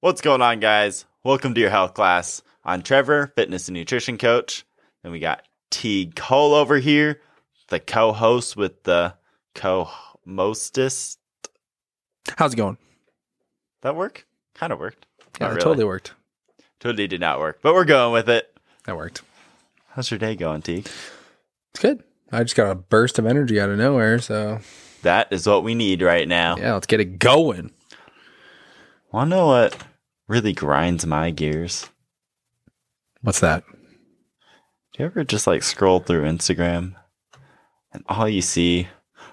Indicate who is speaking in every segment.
Speaker 1: What's going on, guys? Welcome to your health class. I'm Trevor, fitness and nutrition coach. And we got Teague Cole over here, the co host with the co mostest.
Speaker 2: How's it going?
Speaker 1: That work? Kind of worked.
Speaker 2: Yeah,
Speaker 1: Not
Speaker 2: that
Speaker 1: really.
Speaker 2: Uh, totally worked.
Speaker 1: Totally did not work, but we're going with it.
Speaker 2: That worked.
Speaker 1: How's your day going, Teague?
Speaker 2: It's good. I just got a burst of energy out of nowhere. So,
Speaker 1: That is what we need right now.
Speaker 2: yeah, let's get it going.
Speaker 1: Want to know what really grinds my gears?
Speaker 2: What's that?
Speaker 1: Do you ever just like scroll through Instagram and all you see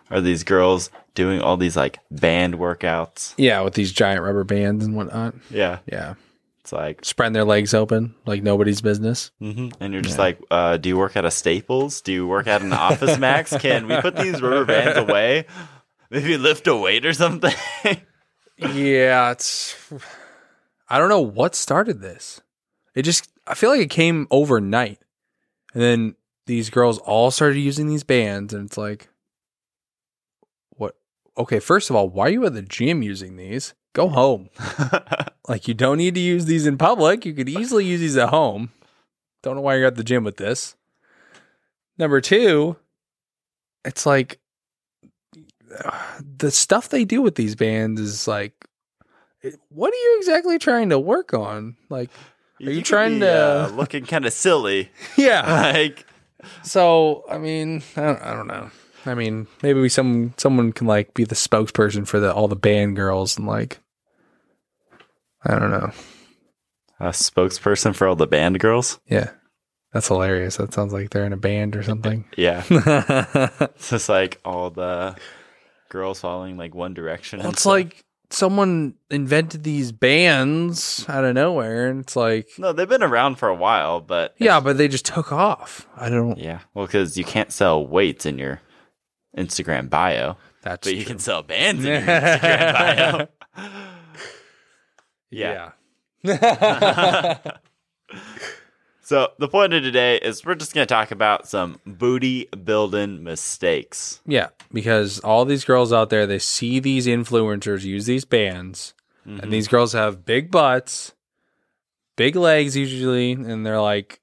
Speaker 1: are these girls doing all these like band workouts?
Speaker 2: Yeah, with these giant rubber bands and whatnot.
Speaker 1: Yeah.
Speaker 2: Yeah.
Speaker 1: It's like,
Speaker 2: Spreading their legs open like nobody's business.
Speaker 1: hmm and you're just
Speaker 2: Yeah.
Speaker 1: like, uh, do you work at a Staples? Do you work at an Office Max? Can we put these rubber bands away? Maybe lift a weight or something?
Speaker 2: yeah, it's. I don't know what started this. It just, I feel like it came overnight. And then these girls all started using these bands, and it's like, what? Okay, first of all, why are you at the gym using these? Go home. Like you don't need to use these in public. You could easily use these at home. Don't know why you're at the gym with this. Number two, it's like ugh, the stuff they do with these bands is like, it- what are you exactly trying to work on? Like, you
Speaker 1: could
Speaker 2: trying
Speaker 1: be,
Speaker 2: to-
Speaker 1: uh, looking kind of silly?
Speaker 2: yeah.
Speaker 1: like,
Speaker 2: So I mean, I don't, I don't know. I mean, maybe we some someone can like be the spokesperson for the all the band girls and like, I don't know.
Speaker 1: a spokesperson for all the band girls?
Speaker 2: Yeah. That's hilarious. That sounds like they're in a band or something.
Speaker 1: Yeah.
Speaker 2: well,
Speaker 1: It's just like all the girls following like One Direction. and
Speaker 2: it's
Speaker 1: stuff.
Speaker 2: like someone invented these bands out of nowhere and it's like
Speaker 1: no, they've been around for a while, but
Speaker 2: yeah, but they just took off. I don't
Speaker 1: yeah. Well, because you can't sell weights in your Instagram bio,
Speaker 2: that's
Speaker 1: but you
Speaker 2: true.
Speaker 1: can sell bands in your Instagram bio.
Speaker 2: Yeah.
Speaker 1: So the point of today is we're just gonna talk about some booty building mistakes.
Speaker 2: yeah, because all these girls out there they see these influencers use these bands
Speaker 1: Mhm.
Speaker 2: and these girls have big butts, big legs usually, and they're like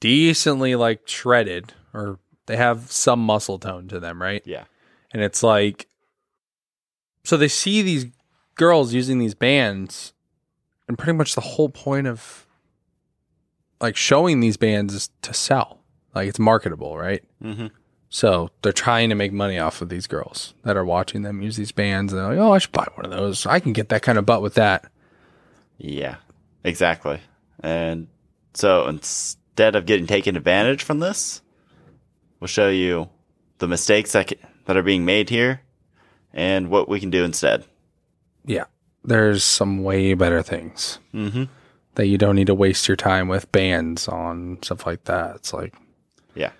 Speaker 2: decently like shredded or they have some muscle tone to them, right?
Speaker 1: Yeah.
Speaker 2: And it's like so they see these girls using these bands and pretty much the whole point of like showing these bands is to sell. Like it's marketable, right?
Speaker 1: Mm-hmm.
Speaker 2: So they're trying to make money off of these girls that are watching them use these bands and they're like, "Oh, I should buy one of those. I can get that kind of butt with that."
Speaker 1: Yeah, exactly. And so instead of getting taken advantage from this, we'll show you the mistakes that, ca- that are being made here and what we can do instead.
Speaker 2: yeah, there's some way better things
Speaker 1: Mm-hmm.
Speaker 2: that you don't need to waste your time with bands on stuff like that. It's like,
Speaker 1: Yeah.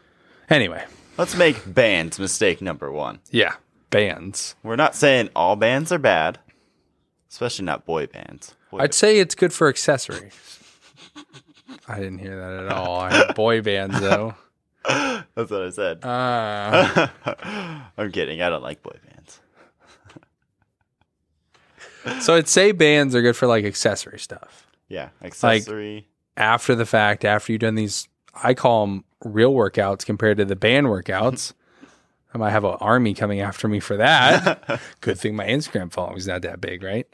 Speaker 2: anyway,
Speaker 1: Let's make bands mistake number one.
Speaker 2: yeah, bands.
Speaker 1: We're not saying all bands are bad, especially not boy bands. Boy
Speaker 2: I'd say it's good for accessories. I didn't hear that at all. I heard boy bands though.
Speaker 1: That's what I said. Ah.
Speaker 2: Uh,
Speaker 1: I'm kidding. I don't like boy bands.
Speaker 2: so I'd say bands are good for like accessory stuff.
Speaker 1: Yeah, accessory.
Speaker 2: After the fact, after you've done these, I call them real workouts compared to the band workouts. I might have an army coming after me for that. Good thing my Instagram following is not that big, right?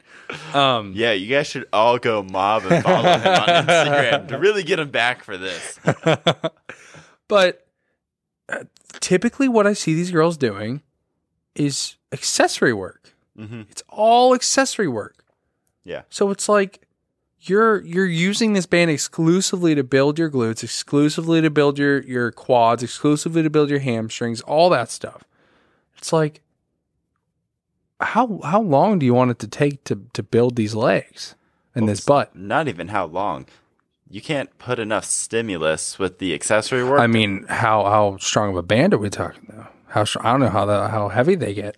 Speaker 2: Um,
Speaker 1: Yeah, you guys should all go mob and follow him on Instagram to really get him back for this.
Speaker 2: but uh, typically, what I see these girls doing is accessory work.
Speaker 1: Mm-hmm.
Speaker 2: It's all accessory work.
Speaker 1: Yeah.
Speaker 2: So it's like you're you're using this band exclusively to build your glutes, exclusively to build your your quads, exclusively to build your hamstrings, all that stuff. It's like how how long do you want it to take to to build these legs and this butt?
Speaker 1: Not even how long. You can't put enough stimulus with the accessory work.
Speaker 2: I mean, how how strong of a band are we talking though? How str- I don't know how the, how heavy they get.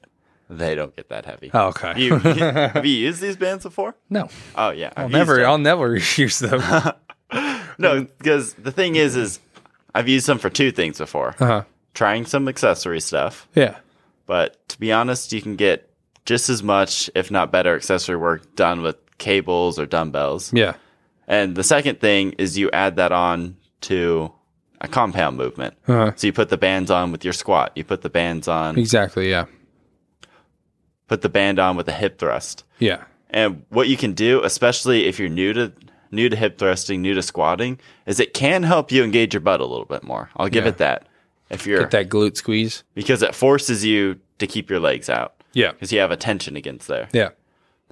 Speaker 1: they don't get that heavy.
Speaker 2: Oh, okay.
Speaker 1: You, have you used these bands before?
Speaker 2: no,
Speaker 1: Oh yeah,
Speaker 2: I'll
Speaker 1: I've
Speaker 2: never.
Speaker 1: used
Speaker 2: I'll never use them. uh
Speaker 1: them. No, because the thing is, is I've used them for two things before.
Speaker 2: huh.
Speaker 1: Trying some accessory stuff,
Speaker 2: Yeah.
Speaker 1: but to be honest, you can get just as much, if not better, accessory work done with cables or dumbbells.
Speaker 2: Yeah.
Speaker 1: And the second thing is you add that on to a compound movement.
Speaker 2: Uh-huh.
Speaker 1: So you put the bands on with your squat. You put the bands on,
Speaker 2: Exactly. Yeah.
Speaker 1: put the band on with a hip thrust.
Speaker 2: Yeah.
Speaker 1: And what you can do, especially if you're new to new to hip thrusting, new to squatting, is it can help you engage your butt a little bit more. I'll give
Speaker 2: Yeah.
Speaker 1: it that. If you're
Speaker 2: Get that glute squeeze.
Speaker 1: because it forces you to keep your legs out
Speaker 2: Yeah.
Speaker 1: because you have a tension against there.
Speaker 2: Yeah.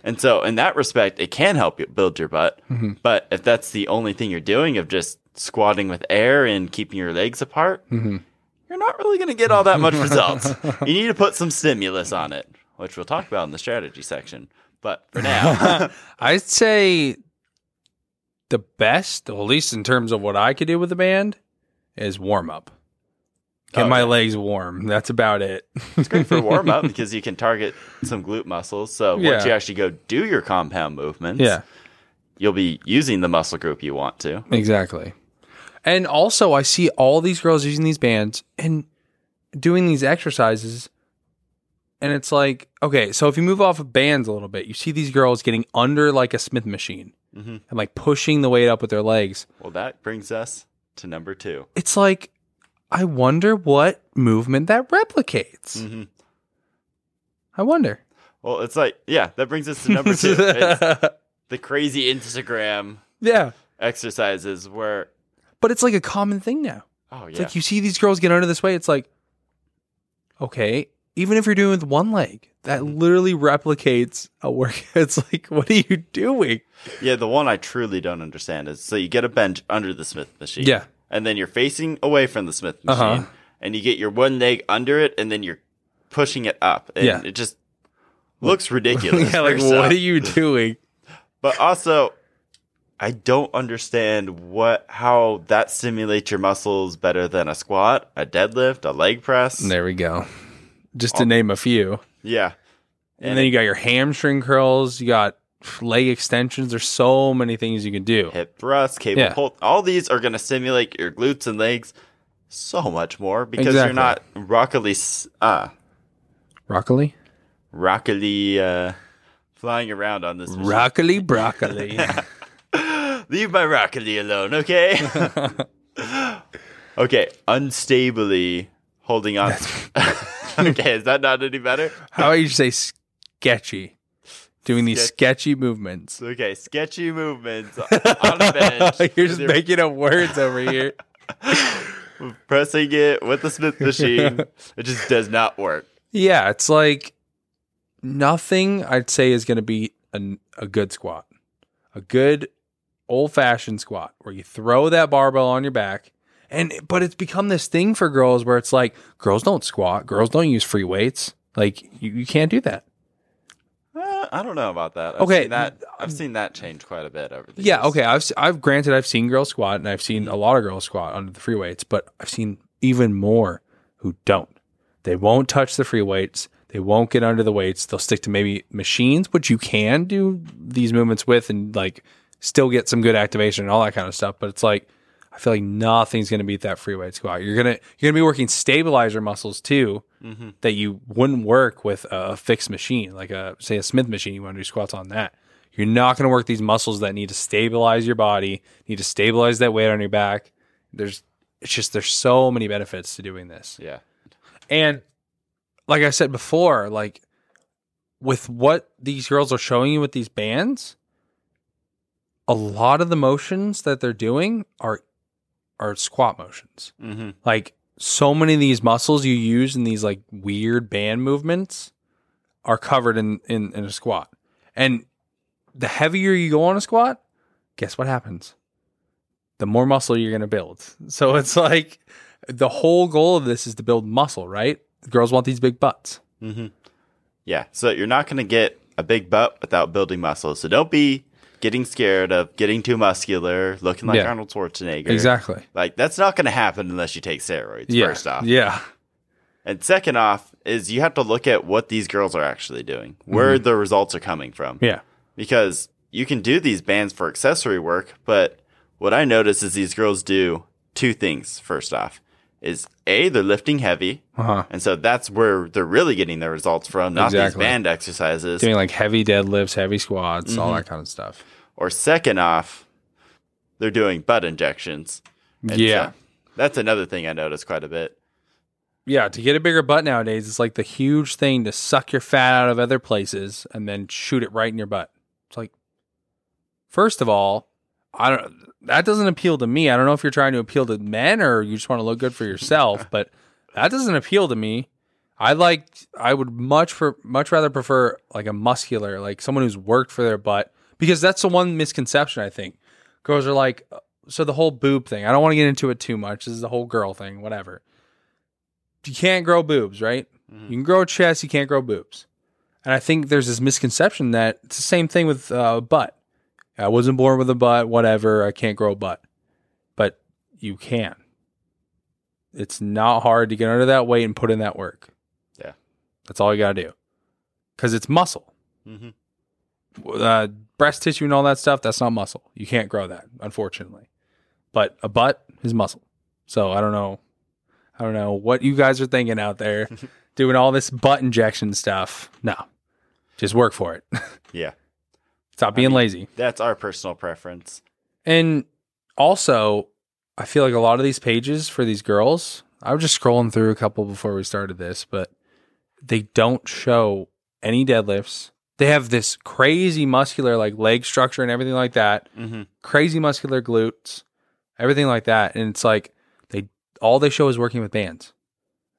Speaker 1: And so, in that respect, it can help you build your butt.
Speaker 2: Mm-hmm.
Speaker 1: But if that's the only thing you're doing of just squatting with air and keeping your legs apart,
Speaker 2: Mm-hmm.
Speaker 1: you're not really going to get all that much results. You need to put some stimulus on it, which we'll talk about in the strategy section. But for now,
Speaker 2: I'd say the best, or at least in terms of what I could do with the band, is warm up. Get
Speaker 1: Oh,
Speaker 2: my
Speaker 1: yeah.
Speaker 2: legs warm. That's about it.
Speaker 1: it's great for warm up because you can target some glute muscles. So, once
Speaker 2: Yeah.
Speaker 1: you actually go do your compound movements,
Speaker 2: yeah.
Speaker 1: you'll be using the muscle group you want to.
Speaker 2: Exactly. And also, I see all these girls using these bands and doing these exercises. And it's like, okay, so if you move off of bands a little bit, you see these girls getting under like a Smith machine
Speaker 1: Mhm.
Speaker 2: and like pushing the weight up with their legs.
Speaker 1: Well, that brings us to number 2
Speaker 2: It's like, I wonder what movement that replicates.
Speaker 1: Mm-hmm.
Speaker 2: I wonder.
Speaker 1: Well, it's like, yeah, that brings us to number two. It's the crazy Instagram
Speaker 2: yeah.
Speaker 1: exercises where,
Speaker 2: But it's like a common thing now.
Speaker 1: oh,
Speaker 2: It's
Speaker 1: yeah.
Speaker 2: like you see these girls get under this way. It's like, okay, even if you're doing with one leg, that literally replicates a work. It's like, what are you doing?
Speaker 1: yeah, the one I truly don't understand is so you get a bench under the Smith machine.
Speaker 2: Yeah.
Speaker 1: And then you're facing away from the Smith machine
Speaker 2: Uh-huh.
Speaker 1: and you get your one leg under it and then you're pushing it up. And
Speaker 2: Yeah.
Speaker 1: it just looks ridiculous.
Speaker 2: yeah, like
Speaker 1: first
Speaker 2: what
Speaker 1: off.
Speaker 2: are you doing?
Speaker 1: But also, I don't understand what how that stimulates your muscles better than a squat, a deadlift, a leg press.
Speaker 2: There we go. Just to name a few,
Speaker 1: Yeah.
Speaker 2: Oh. and then you got your hamstring curls. You got leg extensions. There's so many things you can do.
Speaker 1: hip thrust, cable
Speaker 2: Yeah.
Speaker 1: pull. All these are going to stimulate your glutes and legs so much more because
Speaker 2: Exactly.
Speaker 1: you're not rockily, s- uh,
Speaker 2: Broccoli,
Speaker 1: rockily uh, flying around on this. machine.
Speaker 2: broccoli, broccoli.
Speaker 1: Leave my rockily alone, okay? okay, unstably holding on. okay, is that not any better?
Speaker 2: How about you say sketchy? Doing these sketchy movements.
Speaker 1: Okay, sketchy movements on a bench. with
Speaker 2: You're just
Speaker 1: your-
Speaker 2: making up words over here.
Speaker 1: pressing it with the Smith machine. it just does not work.
Speaker 2: Yeah, it's like nothing I'd say is going to be a, a good squat. A good old fashioned squat where you throw that barbell on your back. And but it's become this thing for girls where it's like girls don't squat, girls don't use free weights. Like you, you can't do that.
Speaker 1: Uh, I don't know about that. I've
Speaker 2: Okay.
Speaker 1: seen
Speaker 2: um,
Speaker 1: that I've seen that change quite a bit over the
Speaker 2: Yeah,
Speaker 1: years.
Speaker 2: okay. I've s- I've granted I've seen girls squat and I've seen a lot of girls squat under the free weights, but I've seen even more who don't. They won't touch the free weights. They won't get under the weights. They'll stick to maybe machines, which you can do these movements with and like still get some good activation and all that kind of stuff. But it's like I feel like nothing's gonna beat that free weight squat. You're gonna you're gonna be working stabilizer muscles too that you wouldn't work with a fixed machine, like a say a Smith machine. You want to do squats on that. You're not going to work these muscles that need to stabilize your body, need to stabilize that weight on your back. There's it's just there's so many benefits to doing this.
Speaker 1: Yeah.
Speaker 2: And like I said before, like with what these girls are showing you with these bands, a lot of the motions that they're doing are are squat motions
Speaker 1: Mm-hmm.
Speaker 2: like so many of these muscles you use in these like weird band movements are covered in in, in a squat and the heavier you go on a squat guess what happens the more muscle you're going to build so it's like the whole goal of this is to build muscle right girls want these big butts
Speaker 1: Mm-hmm. Yeah. So you're not going to get a big butt without building muscle. So don't be getting scared of getting too muscular, looking like
Speaker 2: Yeah.
Speaker 1: Arnold Schwarzenegger.
Speaker 2: exactly
Speaker 1: Like that's not going to happen unless you take steroids.
Speaker 2: yeah
Speaker 1: First off,
Speaker 2: yeah
Speaker 1: and second off is you have to look at what these girls are actually doing, where
Speaker 2: Mm-hmm.
Speaker 1: the results are coming from.
Speaker 2: yeah
Speaker 1: because you can do these bands for accessory work, but what I notice is these girls do two things first off. is A, they're lifting heavy.
Speaker 2: Uh huh.
Speaker 1: And so that's where they're really getting their results from, not
Speaker 2: Exactly.
Speaker 1: these band exercises.
Speaker 2: Doing like heavy deadlifts, heavy squats, all
Speaker 1: Mhm.
Speaker 2: that kind of stuff.
Speaker 1: Or second off, they're doing butt injections. And
Speaker 2: yeah.
Speaker 1: so that's another thing I noticed quite a bit.
Speaker 2: yeah, to get a bigger butt nowadays, it's like the huge thing to suck your fat out of other places and then shoot it right in your butt. It's like, first of all, I don't. That doesn't appeal to me. I don't know if you're trying to appeal to men or you just want to look good for yourself, but that doesn't appeal to me. I like. I would much for much rather prefer like a muscular, like someone who's worked for their butt, because that's the one misconception I think. Girls are like, uh, so the whole boob thing. I don't want to get into it too much. This is the whole girl thing, whatever you can't grow boobs, right? You
Speaker 1: Mm-hmm.
Speaker 2: can grow a chest, you can't grow boobs. And I think there's this misconception that it's the same thing with uh, a butt. I wasn't born with a butt, whatever, I can't grow a butt. But you can. It's not hard to get under that weight and put in that work.
Speaker 1: Yeah.
Speaker 2: That's all you got to do. Because it's muscle.
Speaker 1: Mm-hmm.
Speaker 2: Uh, breast tissue and all that stuff, that's not muscle. You can't grow that, unfortunately. But a butt is muscle. So I don't know. I don't know what you guys are thinking out there doing all this butt injection stuff. No, just work for it.
Speaker 1: Yeah.
Speaker 2: Stop being lazy.
Speaker 1: That's our personal preference.
Speaker 2: And also, I feel like a lot of these pages for these girls, I was just scrolling through a couple before we started this, but they don't show any deadlifts. They have this crazy muscular, like leg structure and everything like that,
Speaker 1: Mm-hmm.
Speaker 2: crazy muscular glutes, everything like that. And it's like they all they show is working with bands.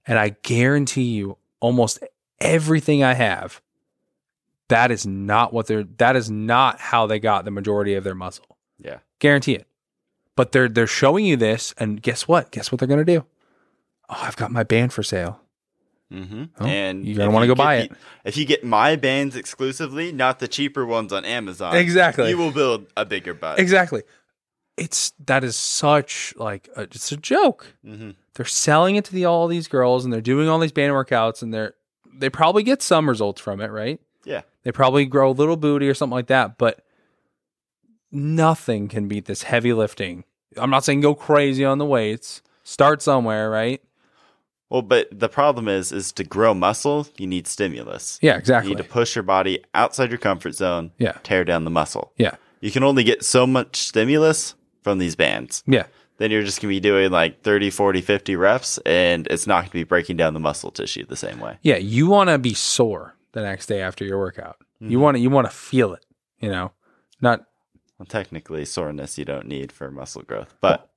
Speaker 2: And I guarantee you, almost everything I have, that is not what they're that is not how they got the majority of their muscle.
Speaker 1: Yeah.
Speaker 2: Guarantee it. But they're they're showing you this, and guess what? Guess what they're gonna do? Oh, I've got my band for sale.
Speaker 1: Mm-hmm.
Speaker 2: Oh,
Speaker 1: and
Speaker 2: you're gonna
Speaker 1: if
Speaker 2: wanna
Speaker 1: you
Speaker 2: go buy
Speaker 1: get the- if you get my bands exclusively, not the cheaper ones on Amazon,
Speaker 2: Exactly.
Speaker 1: Uh, you will build a bigger butt.
Speaker 2: Exactly. It's that is such like a, it's a joke.
Speaker 1: Mm-hmm.
Speaker 2: They're selling it to the, all these girls, and they're doing all these band workouts, and they're they probably get some results from it, right?
Speaker 1: Yeah.
Speaker 2: They probably grow a little booty or something like that, but nothing can beat this heavy lifting. I'm not saying go crazy on the weights. Start somewhere, right?
Speaker 1: Well, but the problem is, is to grow muscle, you need stimulus.
Speaker 2: Yeah,
Speaker 1: You
Speaker 2: exactly.
Speaker 1: need to push your body outside your comfort zone.
Speaker 2: Yeah.
Speaker 1: Tear down the muscle.
Speaker 2: Yeah.
Speaker 1: You can only get so much stimulus from these bands.
Speaker 2: Yeah.
Speaker 1: Then you're just going to be doing like 30, 40, 50 reps, and it's not going to be breaking down the muscle tissue the same way.
Speaker 2: Yeah, you want to be sore the next day after your workout.
Speaker 1: Mm-hmm.
Speaker 2: You want to you want to feel it, you know. Not
Speaker 1: Well, technically, soreness you don't need for muscle growth, but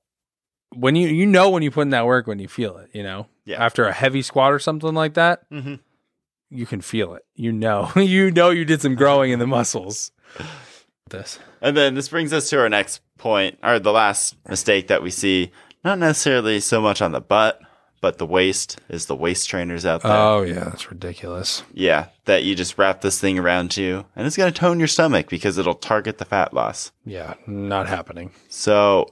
Speaker 2: when you you know when you put in that work when you feel it, you know.
Speaker 1: Yeah.
Speaker 2: After a heavy squat or something like that,
Speaker 1: Mhm.
Speaker 2: you can feel it. You know. you know you did some growing in the muscles. This.
Speaker 1: And then this brings us to our next point, or the last mistake that we see, not necessarily so much on the butt, but the waist is the waist trainers out there.
Speaker 2: Oh yeah, that's ridiculous.
Speaker 1: yeah, that you just wrap this thing around you and it's going to tone your stomach because it'll target the fat loss.
Speaker 2: Yeah, not happening.
Speaker 1: So,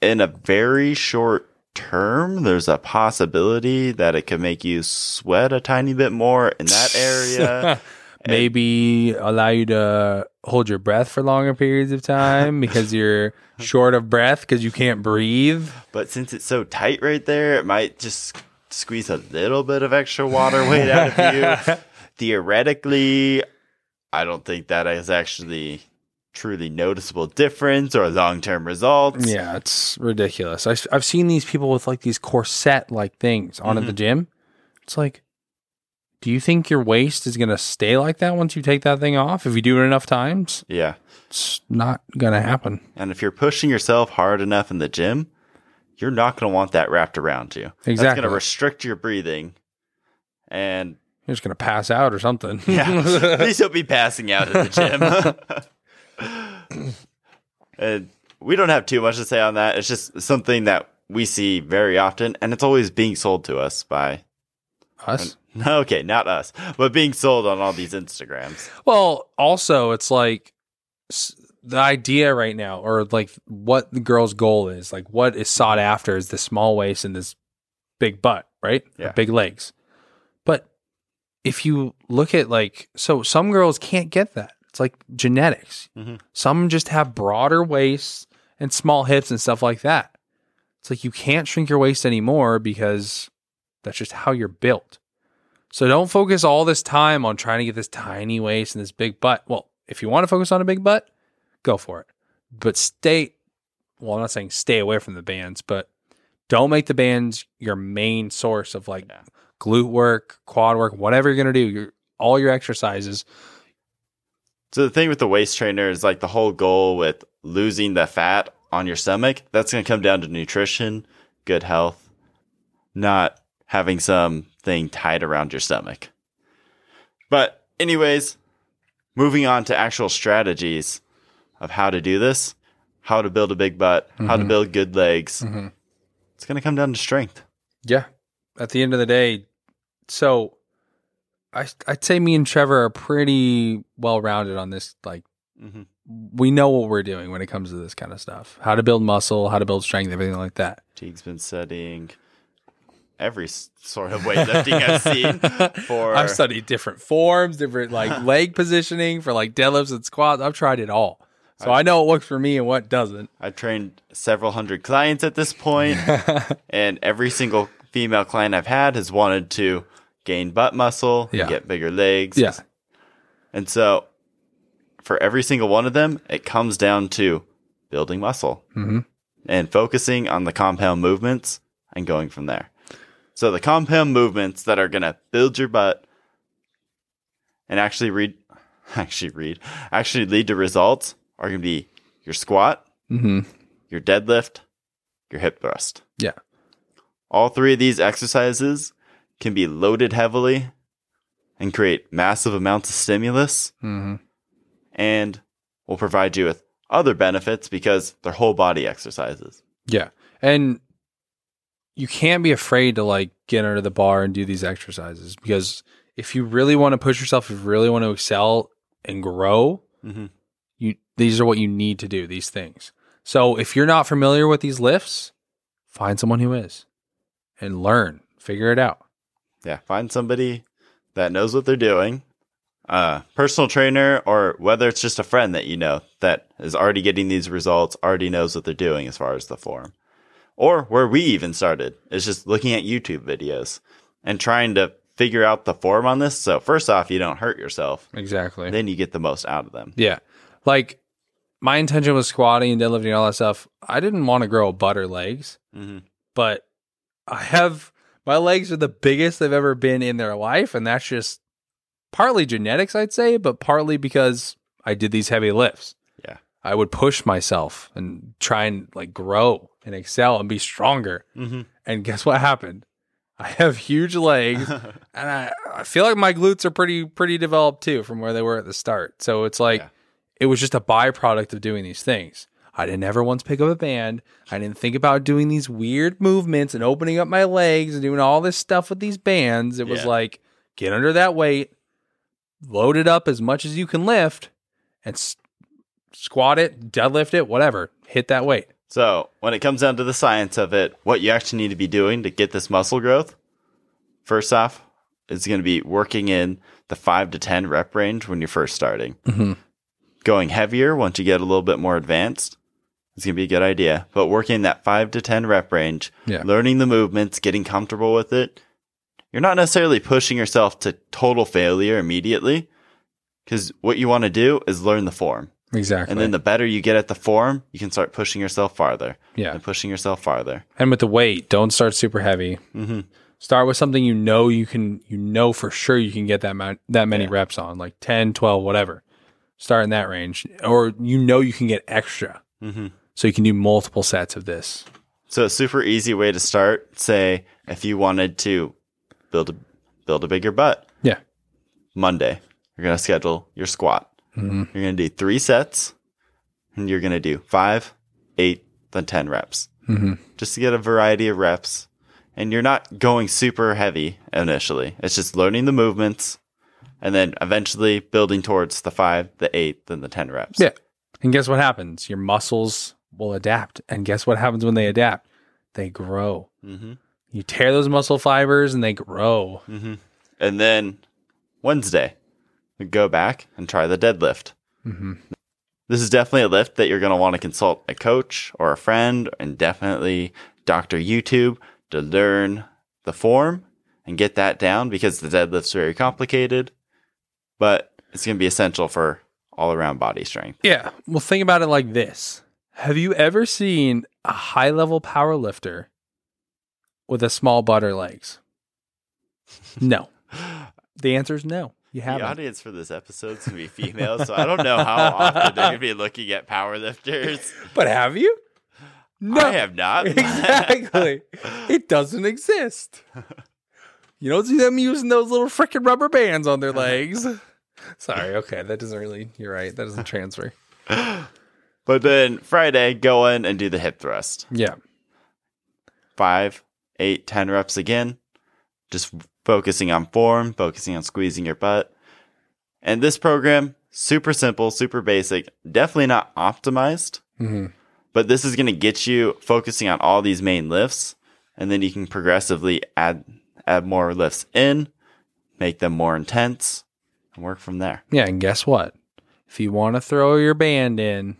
Speaker 1: in a very short term, there's a possibility that it could make you sweat a tiny bit more in that area.
Speaker 2: Maybe allow you to hold your breath for longer periods of time because you're short of breath because you can't breathe.
Speaker 1: But since it's so tight right there, it might just squeeze a little bit of extra water weight out of you. Theoretically, I don't think that is actually truly noticeable difference or long term results.
Speaker 2: Yeah, it's ridiculous. I've, I've seen these people with like these corset like things on at the gym. It's like, do you think your waist is going to stay like that once you take that thing off? If you do it enough times,
Speaker 1: Yeah.
Speaker 2: it's not going to happen.
Speaker 1: And if you're pushing yourself hard enough in the gym, you're not going to want that wrapped around you. That's
Speaker 2: Exactly.
Speaker 1: going to restrict your breathing. And
Speaker 2: You're just going to pass out or something.
Speaker 1: yeah, please don't be passing out at the gym. and we don't have too much to say on that. It's just something that we see very often, and it's always being sold to us by.
Speaker 2: Us?
Speaker 1: Okay, not us, but being sold on all these Instagrams.
Speaker 2: Well, also, it's like s- the idea right now, or like what the girl's goal is, like what is sought after is this small waist and this big butt, right? Or
Speaker 1: Yeah.
Speaker 2: big legs. But if you look at like, so some girls can't get that. It's like genetics.
Speaker 1: Mhm.
Speaker 2: Some just have broader waists and small hips and stuff like that. It's like you can't shrink your waist anymore because that's just how you're built. So don't focus all this time on trying to get this tiny waist and this big butt. Well, if you want to focus on a big butt, go for it. But stay well, I'm not saying stay away from the bands, but don't make the bands your main source of like
Speaker 1: Yeah.
Speaker 2: glute work, quad work, whatever you're gonna do, your all your exercises.
Speaker 1: So the thing with the waist trainer is like the whole goal with losing the fat on your stomach, that's going to come down to nutrition, good health, not having something tied around your stomach. But anyways, moving on to actual strategies of how to do this, how to build a big butt, how to
Speaker 2: Mhm.
Speaker 1: build good legs.
Speaker 2: Mm-hmm.
Speaker 1: It's going to come down to strength.
Speaker 2: Yeah. At the end of the day, so I I'd say me and Trevor are pretty well rounded on this. Like
Speaker 1: Mm-hmm.
Speaker 2: we know what we're doing when it comes to this kind of stuff. How to build muscle, how to build strength, everything like that.
Speaker 1: Teague's been studying every s- sort of weightlifting I've seen for
Speaker 2: I've studied different forms, different like leg positioning for like deadlifts and squats. I've tried it all. So I know what works for me and what doesn't.
Speaker 1: I've trained several hundred clients at this point, and every single female client I've had has wanted to gain butt muscle,
Speaker 2: Yeah.
Speaker 1: get bigger legs.
Speaker 2: Yeah.
Speaker 1: And so for every single one of them, it comes down to building muscle
Speaker 2: Mhm.
Speaker 1: and focusing on the compound movements and going from there. So the compound movements that are going to build your butt and actually read actually read actually lead to results are going to be your squat,
Speaker 2: Mm-hmm.
Speaker 1: your deadlift, your hip thrust.
Speaker 2: Yeah.
Speaker 1: All three of these exercises can be loaded heavily and create massive amounts of stimulus
Speaker 2: Mm-hmm.
Speaker 1: and will provide you with other benefits because they're whole body exercises.
Speaker 2: Yeah. And you can't be afraid to like get under the bar and do these exercises because if you really want to push yourself, if you really want to excel and grow,
Speaker 1: Mm-hmm.
Speaker 2: you these are what you need to do, these things. So if you're not familiar with these lifts, find someone who is and learn, figure it out.
Speaker 1: Yeah. Find somebody that knows what they're doing, a personal trainer, or whether it's just a friend that you know that is already getting these results, already knows what they're doing as far as the form. Or where we even started is just looking at YouTube videos and trying to figure out the form on this. So, first off, you don't hurt yourself,
Speaker 2: Exactly.
Speaker 1: then you get the most out of them.
Speaker 2: Yeah. Like my intention was squatting and deadlifting and all that stuff. I didn't want to grow butter legs.
Speaker 1: Mm-hmm.
Speaker 2: but I have my legs are the biggest they've ever been in their life, and that's just partly genetics, I'd say, but partly because I did these heavy lifts.
Speaker 1: Yeah.
Speaker 2: I would push myself and try and like grow and excel and be stronger.
Speaker 1: Mm-hmm.
Speaker 2: And guess what happened? I have huge legs and I, I feel like my glutes are pretty pretty developed too from where they were at the start. So it's like
Speaker 1: Yeah.
Speaker 2: it was just a byproduct of doing these things. I didn't ever once pick up a band. I didn't think about doing these weird movements and opening up my legs and doing all this stuff with these bands. It was
Speaker 1: Yeah.
Speaker 2: like get under that weight, load it up as much as you can lift, and s- squat it, deadlift it, whatever. Hit that weight.
Speaker 1: So, when it comes down to the science of it, what you actually need to be doing to get this muscle growth, first off, is going to be working in the five to 10 rep range when you're first starting.
Speaker 2: Mm-hmm.
Speaker 1: Going heavier once you get a little bit more advanced is going to be a good idea. But working in that five to 10 rep range,
Speaker 2: Yeah.
Speaker 1: learning the movements, getting comfortable with it, you're not necessarily pushing yourself to total failure immediately because what you want to do is learn the form.
Speaker 2: Exactly.
Speaker 1: And then the better you get at the form, you can start pushing yourself farther
Speaker 2: yeah.
Speaker 1: and pushing yourself farther.
Speaker 2: And with the weight, don't start super heavy.
Speaker 1: Mm-hmm.
Speaker 2: start with something you know you can you know for sure you can get that amount that many
Speaker 1: Yeah.
Speaker 2: reps on like 10 12 whatever start in that range or you know you can get extra
Speaker 1: Mm-hmm.
Speaker 2: so you can do multiple sets of this
Speaker 1: So a super easy way to start. Say if you wanted to build a build a bigger butt.
Speaker 2: Yeah.
Speaker 1: Monday, you're gonna schedule your squat.
Speaker 2: Mhm.
Speaker 1: You're gonna do three sets, and you're gonna do five, eight, then ten reps,
Speaker 2: mm-hmm.
Speaker 1: just to get a variety of reps. And you're not going super heavy initially. It's just learning the movements, and then eventually building towards the five, the eight, then the ten reps.
Speaker 2: Yeah. and guess what happens your muscles will adapt and guess what happens when they adapt they grow
Speaker 1: Mm-hmm.
Speaker 2: you tear those muscle fibers and they grow
Speaker 1: Mm-hmm. And then Wednesday, we go back and try the deadlift.
Speaker 2: mm-hmm.
Speaker 1: This is definitely a lift that you're going to want to consult a coach or a friend and definitely Dr. YouTube to learn the form and get that down because the deadlift's very complicated, but it's going to be essential for all around body strength.
Speaker 2: Yeah. Well, think about it like this Have you ever seen a high level power lifter with a small butter legs? No. The answer is no. You
Speaker 1: The
Speaker 2: haven't.
Speaker 1: audience for this episode's going to be female, so I don't know how often they're going to be looking at powerlifters.
Speaker 2: But have you? No.
Speaker 1: I have not.
Speaker 2: exactly. it doesn't exist. You don't see them using those little freaking rubber bands on their legs. Sorry. Okay. That doesn't really, you're right. That doesn't transfer.
Speaker 1: But then Friday, go in and do the hip thrust.
Speaker 2: Yeah.
Speaker 1: Five, eight, ten reps again. Just focusing on form, focusing on squeezing your butt. And this program, super simple, super basic, definitely not optimized,
Speaker 2: Mm-hmm.
Speaker 1: but this is going to get you focusing on all these main lifts. And then you can progressively add, add more lifts in, make them more intense, and work from there.
Speaker 2: Yeah, and guess what? If you want to throw your band in,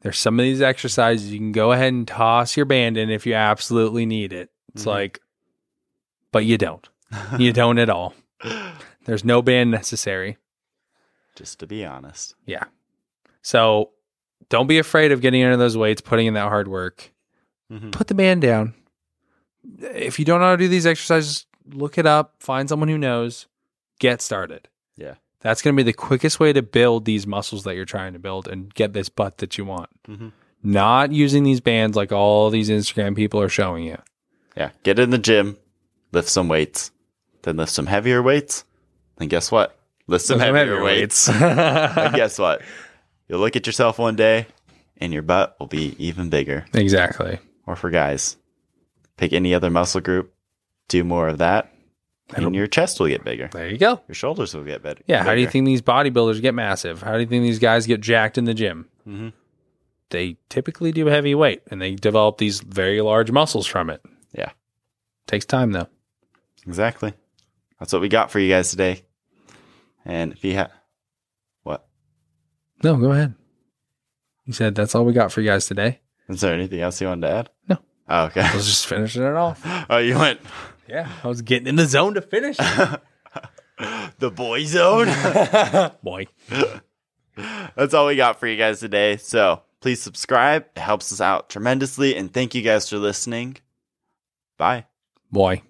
Speaker 2: there's some of these exercises you can go ahead and toss your band in if you absolutely need it. It's
Speaker 1: Mhm.
Speaker 2: like, but you don't.
Speaker 1: Uh-huh. Mm-hmm.
Speaker 2: You don't at all. There's no band necessary.
Speaker 1: Just to be honest.
Speaker 2: So don't be afraid of getting under those weights, putting in that hard work.
Speaker 1: Mhm.
Speaker 2: Put the band down. If you don't know how to do these exercises, look it up, find someone who knows, get started.
Speaker 1: Yeah.
Speaker 2: That's going to be the quickest way to build these muscles that you're trying to build and get this butt that you want.
Speaker 1: Mhm.
Speaker 2: not using these bands like all these Instagram people are showing you.
Speaker 1: Yeah, get in the gym, lift some weights, then lift some heavier weights, and guess what? Lift some, heavier, weights. and guess what? You'll look at yourself one day, and your butt will be even bigger.
Speaker 2: exactly.
Speaker 1: Or for guys, pick any other muscle group, do more of that, and your chest will get bigger.
Speaker 2: There you go.
Speaker 1: Your shoulders will get better.
Speaker 2: Yeah. How do you
Speaker 1: bigger.
Speaker 2: think these bodybuilders get massive? How do you think these guys get jacked in the gym?
Speaker 1: Mhm.
Speaker 2: They typically do heavy weight and they develop these very large muscles from it.
Speaker 1: Yeah.
Speaker 2: Takes time though.
Speaker 1: Exactly. That's what we got for you guys today. And if you have what
Speaker 2: No, go ahead. You said that's all we got for you guys today.
Speaker 1: is there anything else you wanted to add?
Speaker 2: No.
Speaker 1: Oh, okay.
Speaker 2: I was just finishing it off.
Speaker 1: oh, you went.
Speaker 2: Yeah. I was getting in the zone to finish.
Speaker 1: the boy zone.
Speaker 2: Boy.
Speaker 1: That's all we got for you guys today. So please subscribe. It helps us out tremendously. And thank you guys for listening. Bye.
Speaker 2: Boy.